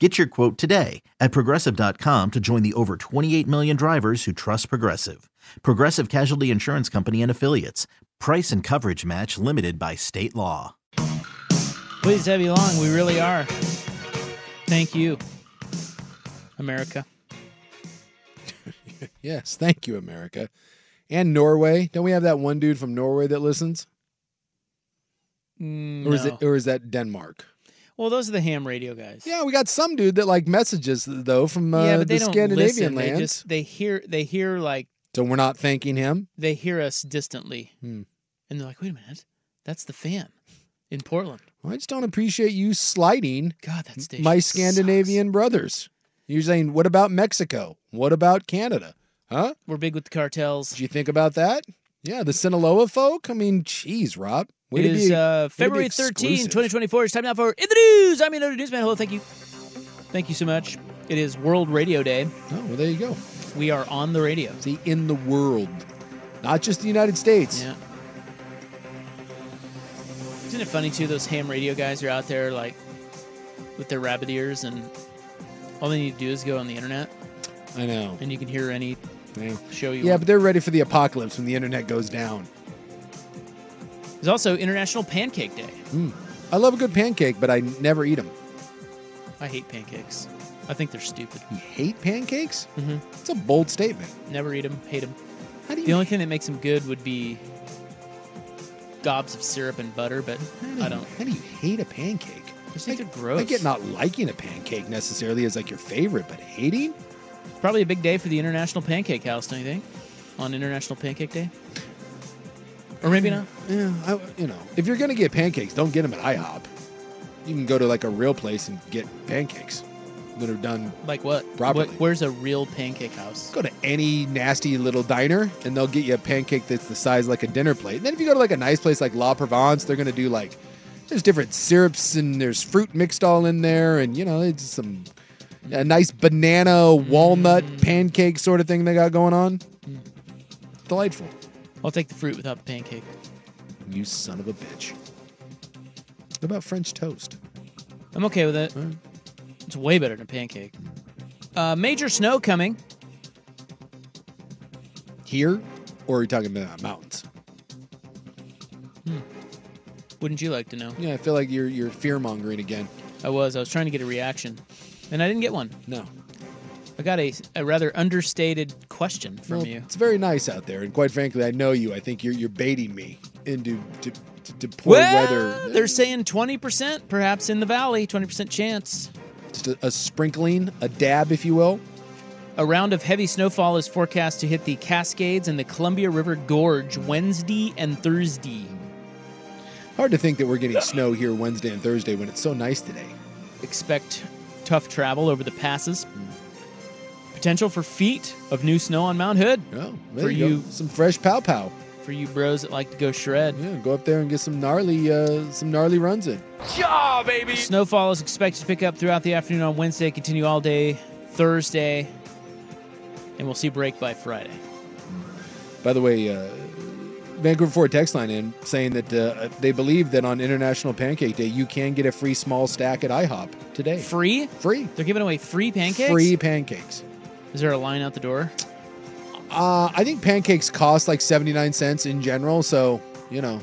Get your quote today at progressive.com to join the over 28 million drivers who trust Progressive. Progressive Casualty Insurance Company and Affiliates. Price and coverage match limited by state law. Please, Debbie Long, we really are. Thank you, America. Yes, thank you, America. And Norway. Don't we have that one dude from Norway that listens? Mm, Or is it er- no. or is that Denmark? well, those are the ham radio guys. Yeah, we got some dude that like messages though from uh, yeah, but they the don't listen. Scandinavian lands. They just they hear they hear like So we're not thanking him. they hear us distantly, Hmm. and they're like, "Wait a minute, that's the fan in Portland." Well, I just don't appreciate you slighting God, that station. my sucks. Scandinavian brothers. You're saying, what about Mexico? What about Canada? Huh? We're big with the cartels. Did you think about that? Yeah, the Sinaloa folk. I mean, geez, Rob. Way it to is be- uh, be February 13, exclusive. 2024. It's time now for In the News. I'm your noted newsman. Hello, thank you. Thank you so much. It is World Radio Day. oh, well, there you go. We are on the radio. See, in the world, not just the United States. Yeah. Isn't it funny too? Those ham radio guys are out there like with their rabbit ears, and all they need to do is go on the internet, I know. and you can hear any Yeah. show you. Yeah, want. but they're ready for the apocalypse when the internet goes down. There's also International Pancake Day. Hmm. I love a good pancake, but I never eat them. I hate pancakes. I think they're stupid. You hate pancakes? Mhm. It's a bold statement. Never eat them. Hate them. How do you? The only thing that makes them good would be gobs of syrup and butter, but how do I you- don't. How do you hate a pancake? I just think I- they're gross. I get not liking a pancake necessarily as like your favorite, but hating? Probably a big day for the International Pancake House, don't you think? On International Pancake Day, or maybe Hmm. not. Yeah, I, you know, if you're gonna get pancakes, don't get them at IHOP. You can go to like a real place and get pancakes that are done. Like what? Properly. What- where's a real pancake house? Go to any nasty little diner and they'll get you a pancake that's the size like a dinner plate. And then if you go to like a nice place like La Provence, they're gonna do like there's different syrups and there's fruit mixed all in there, and you know it's some a nice banana walnut pancake sort of thing they got going on. Delightful. I'll take the fruit without the pancake. You son of a bitch. What about French toast? I'm okay with it. Alright. It's way better than pancake. Uh, major snow coming. here or are you talking about mountains? Wouldn't you like to know? Yeah, I feel like you're you're fear mongering again. I was. I was trying to get a reaction, and I didn't get one. No. I got a, a rather understated question from Well, you. It's very nice out there, and quite frankly, I know you. I think you're you're baiting me into to, to, to poor Well, weather. they're saying 20%, perhaps in the valley, 20% chance. just a, a sprinkling, a dab, if you will. A round of heavy snowfall is forecast to hit the Cascades and the Columbia River Gorge Wednesday and Thursday. Hard to think that we're getting snow here Wednesday and Thursday when it's so nice today. expect tough travel over the passes. Potential for feet of new snow on Mount Hood Oh, there For you, go. you- some fresh pow pow. for you bros that like to go shred. Yeah, go up there and get some gnarly uh, some gnarly runs in. Snowfall is expected to pick up throughout the afternoon on Wednesday, continue all day Thursday, and we'll see break by Friday. By the way, uh, Vancouver Ford text line in saying that uh, they believe that on International Pancake Day you can get a free small stack at IHOP today. Free? Free, They're giving away free pancakes? free pancakes. Is there a line out the door? Uh, I think pancakes cost like seventy nine cents in general, so you know,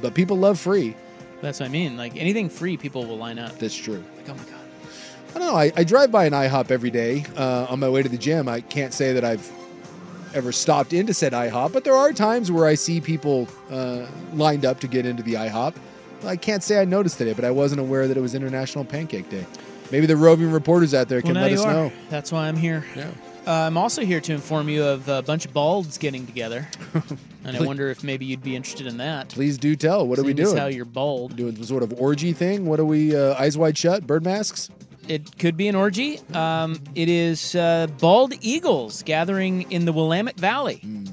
but people love free. That's what I mean. Like anything free, people will line up. That's true. Like, oh my God. I don't know. I, I drive by an IHOP every day uh, on my way to the gym. I can't say that I've ever stopped into said IHOP, but there are times where I see people uh, lined up to get into the IHOP. I can't say I noticed today, but I wasn't aware that it was International Pancake Day. Maybe the roving reporters out there Well, can now let you us are. know. That's why I'm here. Yeah. Uh, I'm also here to inform you of a bunch of balds getting together, and I Please- wonder if maybe you'd be interested in that. Please do tell. What are we Seeing as doing? How you're bald? doing some sort of orgy thing? What are we? Uh, eyes wide shut? Bird masks? It could be an orgy. Um, it is uh, bald eagles gathering in the Willamette Valley. Hmm.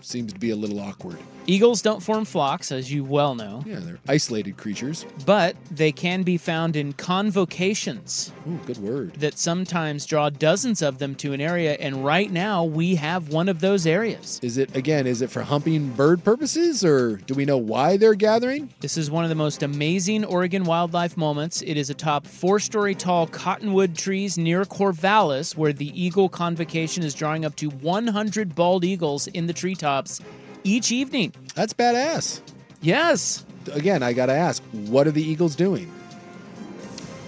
Seems to be a little awkward. Eagles don't form flocks, as you well know, Yeah, they're isolated creatures. but they can be found in convocations Ooh, good word. that sometimes draw dozens of them to an area. And right now, we have one of those areas. Is it again? Is it for humping bird purposes, or do we know why they're gathering? This is one of the most amazing Oregon wildlife moments. It is atop four story tall cottonwood trees near Corvallis, where the eagle convocation is drawing up to 100 bald eagles in the treetops each evening. That's badass. Yes. Again, I gotta ask, what are the Eagles doing?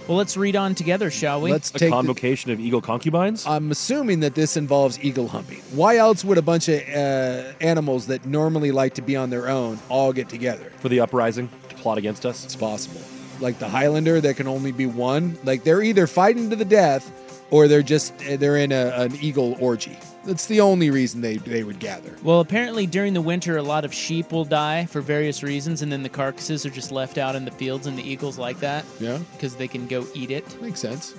Well, let's read on together, shall we? Let's A take. the- convocation of eagle concubines? I'm assuming that this involves eagle humping. Why else would a bunch of uh, animals that normally like to be on their own all get together? for the uprising to plot against us. It's possible. Like the Highlander, there can only be one. Like they're either fighting to the death, or they're just they're in a, an eagle orgy. That's the only reason they they would gather. Well, apparently during the winter, a lot of sheep will die for various reasons, and then the carcasses are just left out in the fields, and the eagles like that Yeah, because they can go eat it. makes sense.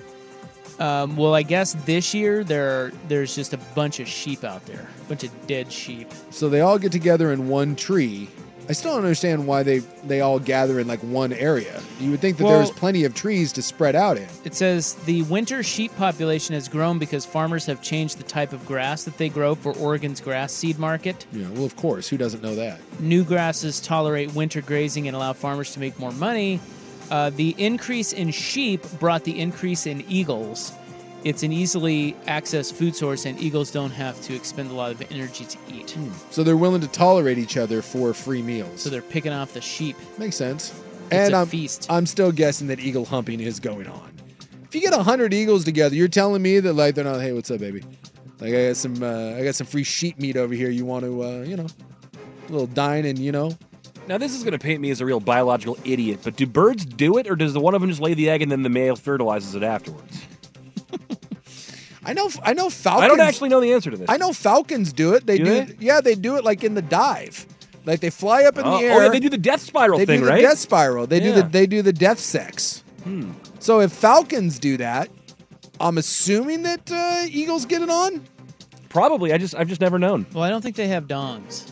Um, well, I guess this year there are, there's just a bunch of sheep out there, a bunch of dead sheep. So they all get together in one tree. I still don't understand why they they all gather in like one area. You would think that Well- there's plenty of trees to spread out in. It says the winter sheep population has grown because farmers have changed the type of grass that they grow for Oregon's grass seed market. Yeah, well, of course, who doesn't know that? New grasses tolerate winter grazing and allow farmers to make more money. Uh, the increase in sheep brought the increase in eagles. It's an easily accessed food source, and eagles don't have to expend a lot of energy to eat. So they're willing to tolerate each other for free meals. So they're picking off the sheep. Makes sense. It's and a I'm, feast. I'm still guessing that eagle humping is going on. If you get hundred eagles together, you're telling me that like they're not. Hey, what's up, baby? Like I got some, uh, I got some free sheep meat over here. You want to, uh, you know, a little dine and you know, Now, this is going to paint me as a real biological idiot, but do birds do it, or does the one of them just lay the egg and then the male fertilizes it afterwards? I know, I know falcons. I don't actually know the answer to this. I know falcons do it. They Do do, they? yeah, they do it like in the dive, like they fly up in Oh, the air. oh, yeah, they do the death spiral they thing, do the right? death spiral. They do Yeah. Hmm. the they do the death sex. So if falcons do that, I'm assuming that uh, eagles get it on. Probably. I just I've just never known. Well, I don't think they have dongs.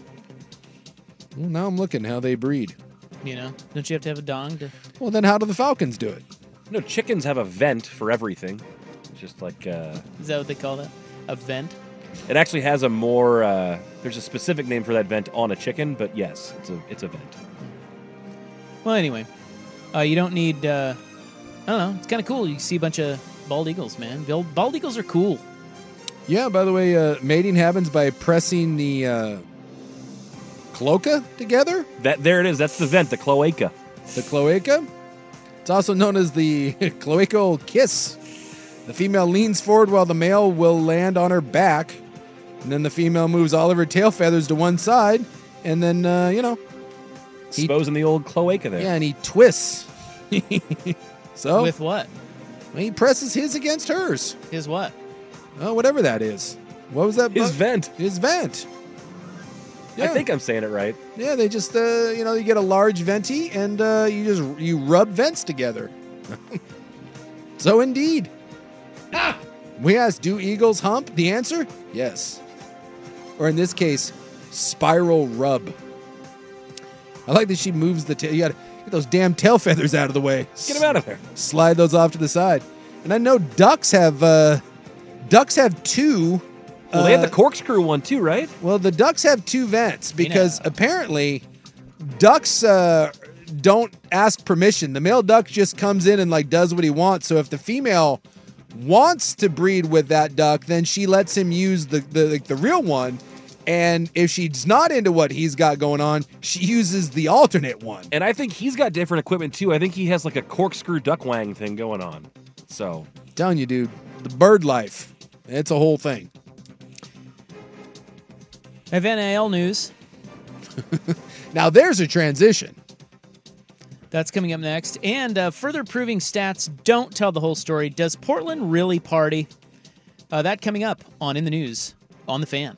Well, now I'm looking how they breed. You know, don't you have to have a dong to? Well, then how do the falcons do it? No, chickens have a vent for everything. It's just like uh, Is that what they call that? A vent? it actually has a more. Uh, there's a specific name for that vent on a chicken, but yes, it's a it's a vent. Well, anyway, uh, you don't need. Uh, I don't know. It's kind of cool. You see a bunch of bald eagles, man. Bald, bald eagles are cool. Yeah. By the way, uh, mating happens by pressing the uh, cloaca together. That there it is. That's the vent, the cloaca. The cloaca. It's also known as the cloacal kiss. The female leans forward while the male will land on her back, and then the female moves all of her tail feathers to one side, and then uh, you know, He- Exposing the old cloaca there. yeah, and he twists. so With what? he presses his against hers. Is what? Oh, whatever that is. What was that? His bug? vent. His vent. I Yeah. think I'm saying it right. Yeah, they just uh, you know you get a large venti and uh, you just you rub vents together. so indeed, Ah! we asked, do eagles hump? The answer, yes, or in this case, spiral rub. I like that she moves the tail. You got to get those damn tail feathers out of the way. Get him out of there. Slide those off to the side. And I know ducks have uh, ducks have two. Well, they had uh, the corkscrew one too, right? well, the ducks have two vents because know. apparently ducks uh, don't ask permission. The male duck just comes in and like does what he wants. So if the female wants to breed with that duck, then she lets him use the the, like, the real one. And if she's not into what he's got going on, she uses the alternate one. And I think he's got different equipment too. I think he has like a corkscrew duck wang thing going on. So telling you, dude, the bird life, it's a whole thing. Have NIL news. Now there's a transition. That's coming up next. And uh, further proving stats don't tell the whole story. Does Portland really party? Uh, that coming up on In the News on the Fan.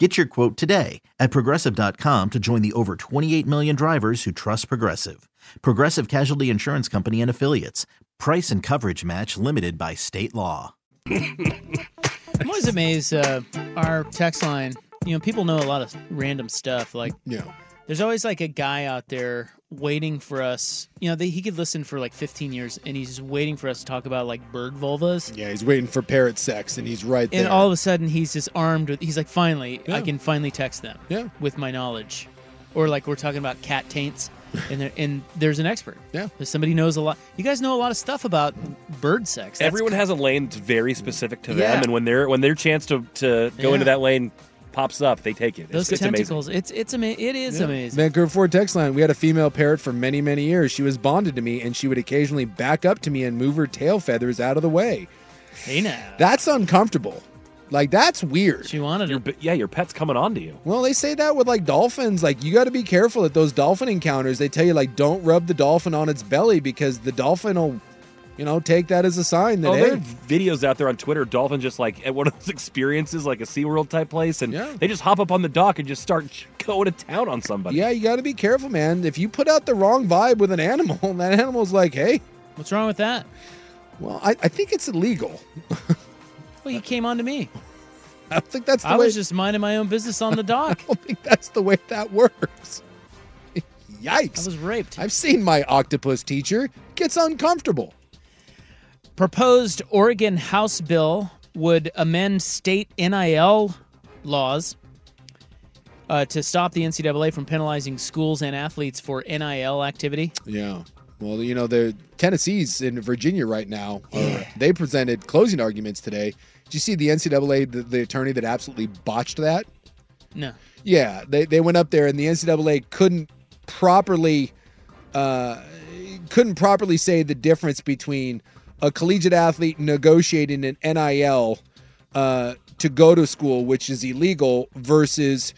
Get your quote today at progressive.com to join the over 28 million drivers who trust Progressive. Progressive Casualty Insurance Company and Affiliates. Price and coverage match limited by state law. I'm always amazed uh, our text line. You know, people know a lot of random stuff. Like, Yeah. there's always like a guy out there waiting for us. You know, that he could listen for like 15 years, and he's just waiting for us to talk about like bird vulvas. Yeah, he's waiting for parrot sex and he's right there. And all of a sudden, he's just armed with. He's like, finally, Yeah. I can finally text them Yeah. with my knowledge, or like we're talking about cat taints, and there, and there's an expert. Yeah. There's somebody who knows a lot. You guys know a lot of stuff about bird sex. That's Everyone has a lane that's very specific to Yeah. them, and when their when their chance to to go Yeah. into that lane pops up, they take it. those it's, it's amazing. tentacles. It's it's ama- it is amazing. Vancouver Ford text line. We had a female parrot for many, many years. She was bonded to me, and she would occasionally back up to me and move her tail feathers out of the way. Hey now, That's uncomfortable. Like that's weird. she wanted Your, it. b- yeah, your pet's coming on to you. Well, they say that with like dolphins. Like you got to be careful at those dolphin encounters. They tell you like don't rub the dolphin on its belly because the dolphin will, you know, take that as a sign that Oh, there are hey, videos out there on Twitter. Dolphins just like at one of those experiences, like a SeaWorld type place, and Yeah. they just hop up on the dock and just start ch- going to town on somebody. yeah, you got to be careful, man. If you put out the wrong vibe with an animal, that animal's like, hey, What's wrong with that? well, I, I think it's illegal. Well, you came on to me. I don't think that's Uh, the I way. was just minding my own business on the dock. I don't think that's the way that works. I Yikes! was raped. I've seen my octopus teacher gets uncomfortable. Proposed Oregon House bill would amend state NIL laws uh, to stop the NCAA from penalizing schools and athletes for NIL activity. Yeah. Well, you know, the Tennessee's in Virginia right now. are- They presented closing arguments today. Did you see the NCAA, the, the attorney that absolutely botched that? No. Yeah, they, they went up there and the NCAA couldn't properly uh, couldn't properly say the difference between a collegiate athlete negotiating an NIL uh, to go to school, which is illegal, versus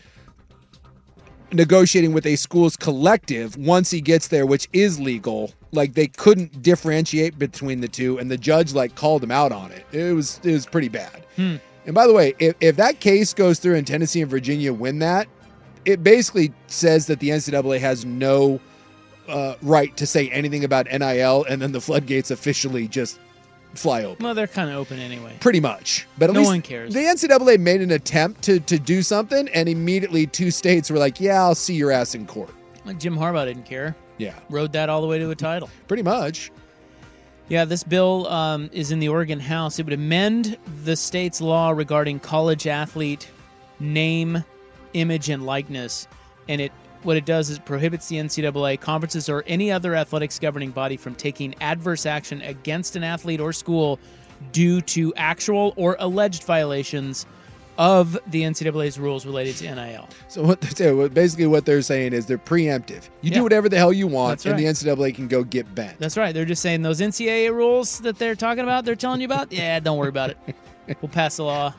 negotiating with a school's collective once he gets there, which is legal. Like they couldn't differentiate between the two, and the judge like called him out on it. It was it was pretty bad. And by the way, if, if that case goes through and Tennessee and Virginia win that, it basically says that the NCAA has no uh, right to say anything about NIL, and then the floodgates officially just fly open. Well, they're kind of open anyway. Pretty much, but at No least one cares. The NCAA made an attempt to to do something, and immediately two states were like, "Yeah, I'll see your ass in court." Like Jim Harbaugh didn't care. Yeah, Rode that all the way to a title. pretty much. Yeah, this bill um, is in the Oregon House. It would amend the state's law regarding college athlete name, image, and likeness, and it what it does is prohibits the NCAA conferences or any other athletics governing body from taking adverse action against an athlete or school due to actual or alleged violations of the NCAA's rules related to NIL. So what they say, what- basically what they're saying is they're preemptive. You Yeah. do whatever the hell you want, That's and the right. NCAA can go get bent. That's right. They're just saying those NCAA rules that they're talking about, they're telling you about. Yeah, don't worry about it. We'll pass a law.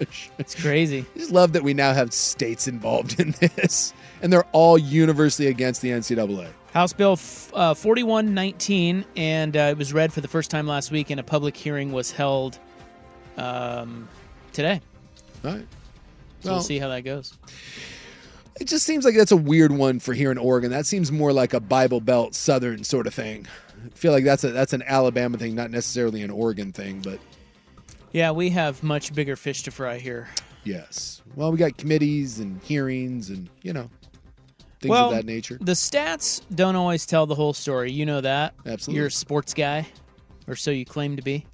Gosh. It's crazy. I just love that we now have states involved in this, and they're all universally against the NCAA. House Bill f- uh, 4119, and uh, it was read for the first time last week, and a public hearing was held um, today. All right. So we'll see how that goes. It just seems like that's a weird one for here in Oregon. That seems more like a Bible Belt Southern sort of thing. I feel like that's a that's an Alabama thing, not necessarily an Oregon thing, but Yeah, we have much bigger fish to fry here. yes. Well, we got committees and hearings and you know things Well, of that nature. The stats don't always tell the whole story. You know that. Absolutely. You're a sports guy, or so you claim to be.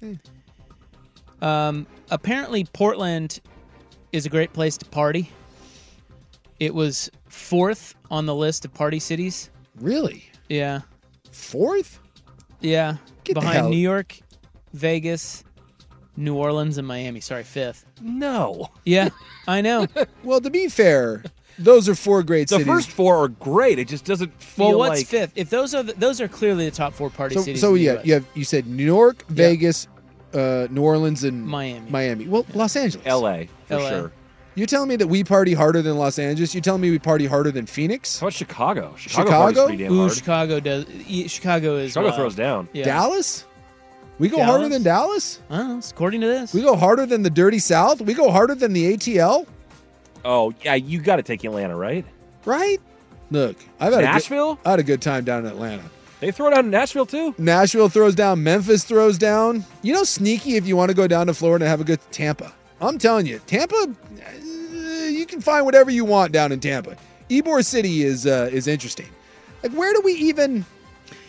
Um, apparently, Portland is a great place to party. It was fourth on the list of party cities. Really, Yeah. fourth? Yeah. Get the Behind hell- New York, Vegas, New Orleans, and Miami. Sorry, fifth. No. Yeah, I know. Well, to be fair, those are four great The cities. first four are great. It just doesn't feel Well, what's like fifth? If those are the, those are clearly the top four party so, cities. so in the yeah, US. you have you said New York, Vegas, uh, New Orleans, and Miami. Miami. Well, Los Angeles, L.A. for LA. sure. You're telling me that we party harder than Los Angeles? You're telling me we party harder than Phoenix, How about Chicago? Chicago, Chicago? party's pretty damn Ooh, hard. Chicago does. e- Chicago is. Chicago wild. throws down. Yeah. Dallas? We go Dallas? harder than Dallas? I don't know, it's according to this. We go harder than the Dirty South? We go harder than the ATL? Oh yeah, you got to take Atlanta, right? Right? Look, I've had, a good, Nashville? I had a good time down in Atlanta. They throw down in Nashville too. Nashville throws down. Memphis throws down. You know, sneaky if you want to go down to Florida and have a good Tampa. I'm telling you, Tampa, uh, you can find whatever you want down in Tampa. Ybor City is uh, is interesting. Like, where do we even?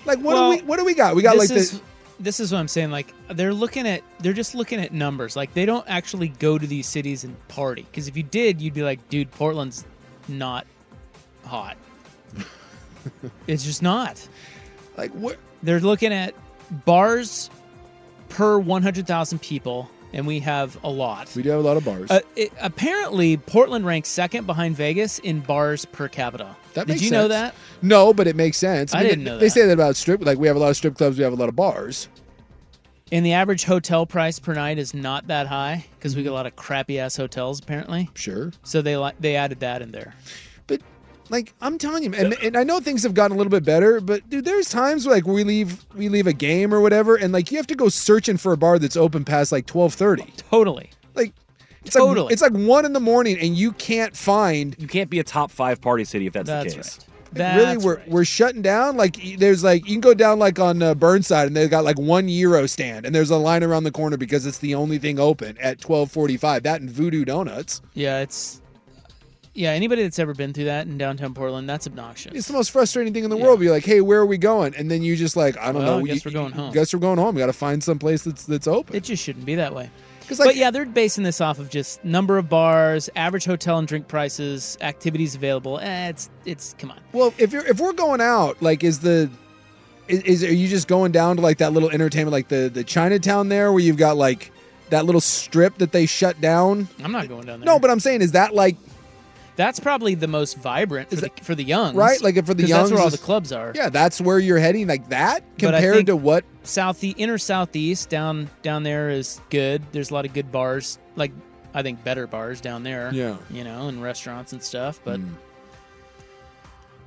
Like, what Well, do we what do we got? We got this like is the this is what I'm saying. Like they're looking at they're just looking at numbers. Like they don't actually go to these cities and party. Because if you did, you'd be like, dude, Portland's not hot. it's just not. like what? They're looking at bars per 100,000 people, and we have a lot. We do have a lot of bars. Uh, it, apparently, Portland ranks second behind Vegas in bars per capita. That Did makes you know sense. that? No, but it makes sense. I didn't they, know They that. say that about strip. Like we have a lot of strip clubs. We have a lot of bars. And the average hotel price per night is not that high because we get a lot of crappy ass hotels apparently. Sure, So they li- they added that in there. but like I'm telling you, and, and I know things have gotten a little bit better. But dude, there's times like we leave we leave a game or whatever, and like you have to go searching for a bar that's open past like twelve thirty. Totally. Like it's Totally. like it's like one in the morning, and you can't find. You can't be a top five party city if that's, That's, the right. case. Like, That's really, we're right. we're shutting down. Like y- there's like you can go down like on uh, Burnside, and they've got like one euro stand, and there's a line around the corner because it's the only thing open at twelve forty five. That and Voodoo Donuts. yeah, it's yeah. Anybody that's ever been through that in downtown Portland, that's obnoxious. It's the most frustrating thing in the Yeah. world. Be like, hey, where are we going? And then you just like, I don't Well, know. I guess you- we're going home. Guess we're going home. We got to find some place that's that's open. it just shouldn't be that way. 'Cause, like, but yeah, they're basing this off of just number of bars, average hotel and drink prices, activities available. Eh, it's it's come on. Well, if you're if we're going out, like, is the is, is are you just going down to like that little entertainment, like the the Chinatown there, where you've got like that little strip that they shut down? I'm not going down there. No, but I'm saying, is that like that's probably the most vibrant for, Is the, for the young, right? Like, if for the that's youngs, where all the is- clubs are. yeah, that's where you're heading. Like that But I compared think- to what? south the inner southeast down down there is good. There's a lot of good bars, like I think better bars down there. Yeah. Mm. you know, and restaurants and stuff. But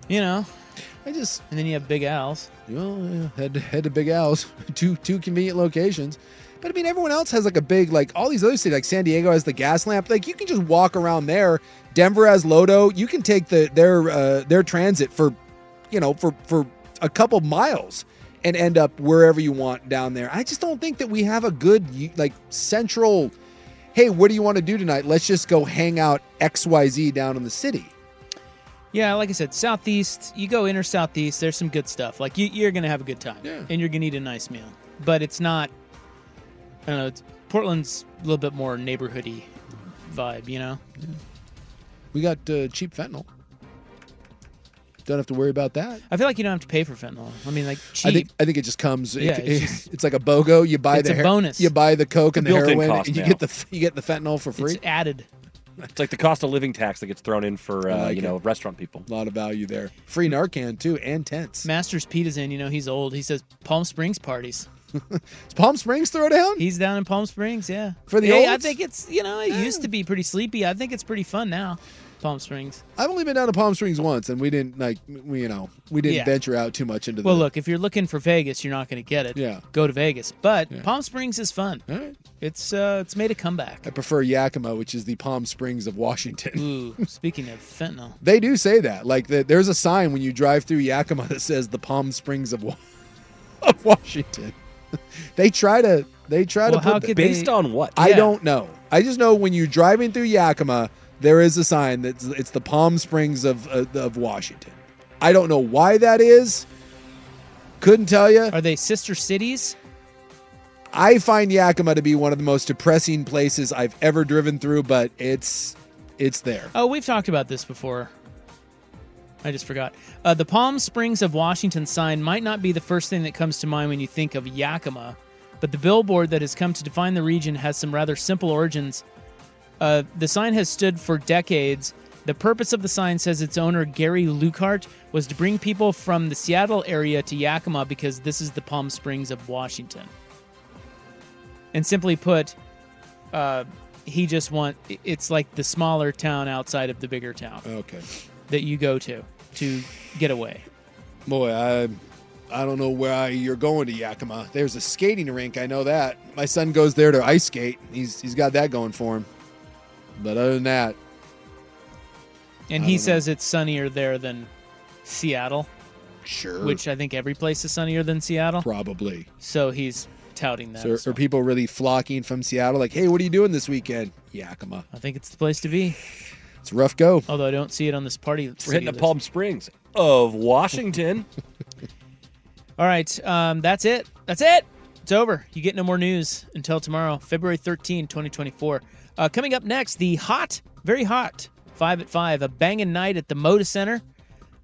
you know, I just and then you have Big Al's. Well, yeah, head to, head to Big Al's, two two convenient locations. But I mean, everyone else has like a big like all these other cities. Like San Diego has the gas lamp. Like you can just walk around there. Denver has Lodo. You can take the their uh, their transit for, you know, for for a couple miles and end up wherever you want down there. I just don't think that we have a good y- like central. Hey, what do you want to do tonight? Let's just go hang out X Y Z down in the city. Yeah, like I said, southeast. You go inner southeast. There's some good stuff. Like you, you're gonna have a good time, Yeah. and you're gonna eat a nice meal. But it's not. I don't know. It's, Portland's a little bit more neighborhoody vibe. You know. We got uh, cheap fentanyl. Don't have to worry about that. I feel like you don't have to pay for fentanyl. I mean, like cheap. I think I think it just comes. it- Yeah, it- it's it's, just- like a bogo. You buy It's the a her- bonus. You buy the coke and the built-in heroin, cost and you now. get the you get the fentanyl for free. it's added. It's like the cost of living tax that gets thrown in for uh, like you know restaurant people. A lot of value there. Free Narcan too, and tents. Masters Pete is in. You know, he's old. He says Palm Springs parties. Is Palm Springs throwdown. He's down in Palm Springs. Yeah. For the hey, I olds? think it's you know it used to be pretty sleepy. I think it's pretty fun now. Palm Springs. I've only been down to Palm Springs once, and we didn't like we, you know we didn't Yeah. venture out too much into. Well, the, look, if you're looking for Vegas, you're not going to get it. Yeah. Go to Vegas. But Yeah. Palm Springs is fun. All right. It's uh, it's made a comeback. I prefer Yakima, which is the Palm Springs of Washington. Ooh, speaking of fentanyl. They do say that. Like that, there's a sign when you drive through Yakima that says the Palm Springs of, Wa- of Washington. they try to. They try Well, to. Put how that- could Based they- on what? I Yeah. don't know. I just know when you're driving through Yakima, there is a sign that it's the Palm Springs of uh, of Washington. I don't know why that is. Couldn't tell you. Are they sister cities? I find Yakima to be one of the most depressing places I've ever driven through, but it's it's there. Oh, we've talked about this before. I just forgot. Uh, the Palm Springs of Washington sign might not be the first thing that comes to mind when you think of Yakima, but the billboard that has come to define the region has some rather simple origins. Uh, the sign has stood for decades. The purpose of the sign says its owner, Gary Lucart, was to bring people from the Seattle area to Yakima because this is the Palm Springs of Washington. And simply put, uh, he just want it's like the smaller town outside of the bigger town Okay, that you go to to get away. boy, I I don't know where I, you're going to Yakima. There's a skating rink. I know that. My son goes there to ice skate. He's he's got that going for him. But other than that, And I he don't know. says it's sunnier there than Seattle, sure, which uh, I think every place is sunnier than Seattle. probably. So he's touting that. So as are well. people really flocking from Seattle? Like, hey, what are you doing this weekend? Yakima. I think it's the place to be. It's a rough go. Although I don't see it on this party. We're hitting city the list. Palm Springs of Washington. All right, um, that's it. That's it. It's over. You get no more news until tomorrow, February 13, 2024. Uh, coming up next, the hot, very hot, 5 at 5, a banging night at the Moda Center.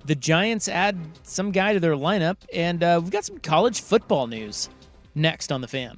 The Giants add some guy to their lineup, and uh, we've got some college football news next on The Fan.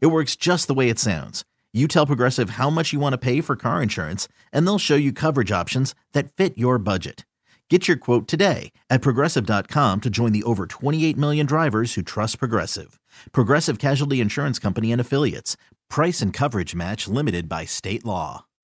It works just the way it sounds. You tell Progressive how much you want to pay for car insurance, and they'll show you coverage options that fit your budget. Get your quote today at progressive.com to join the over 28 million drivers who trust Progressive. Progressive Casualty Insurance Company and Affiliates. Price and coverage match limited by state law.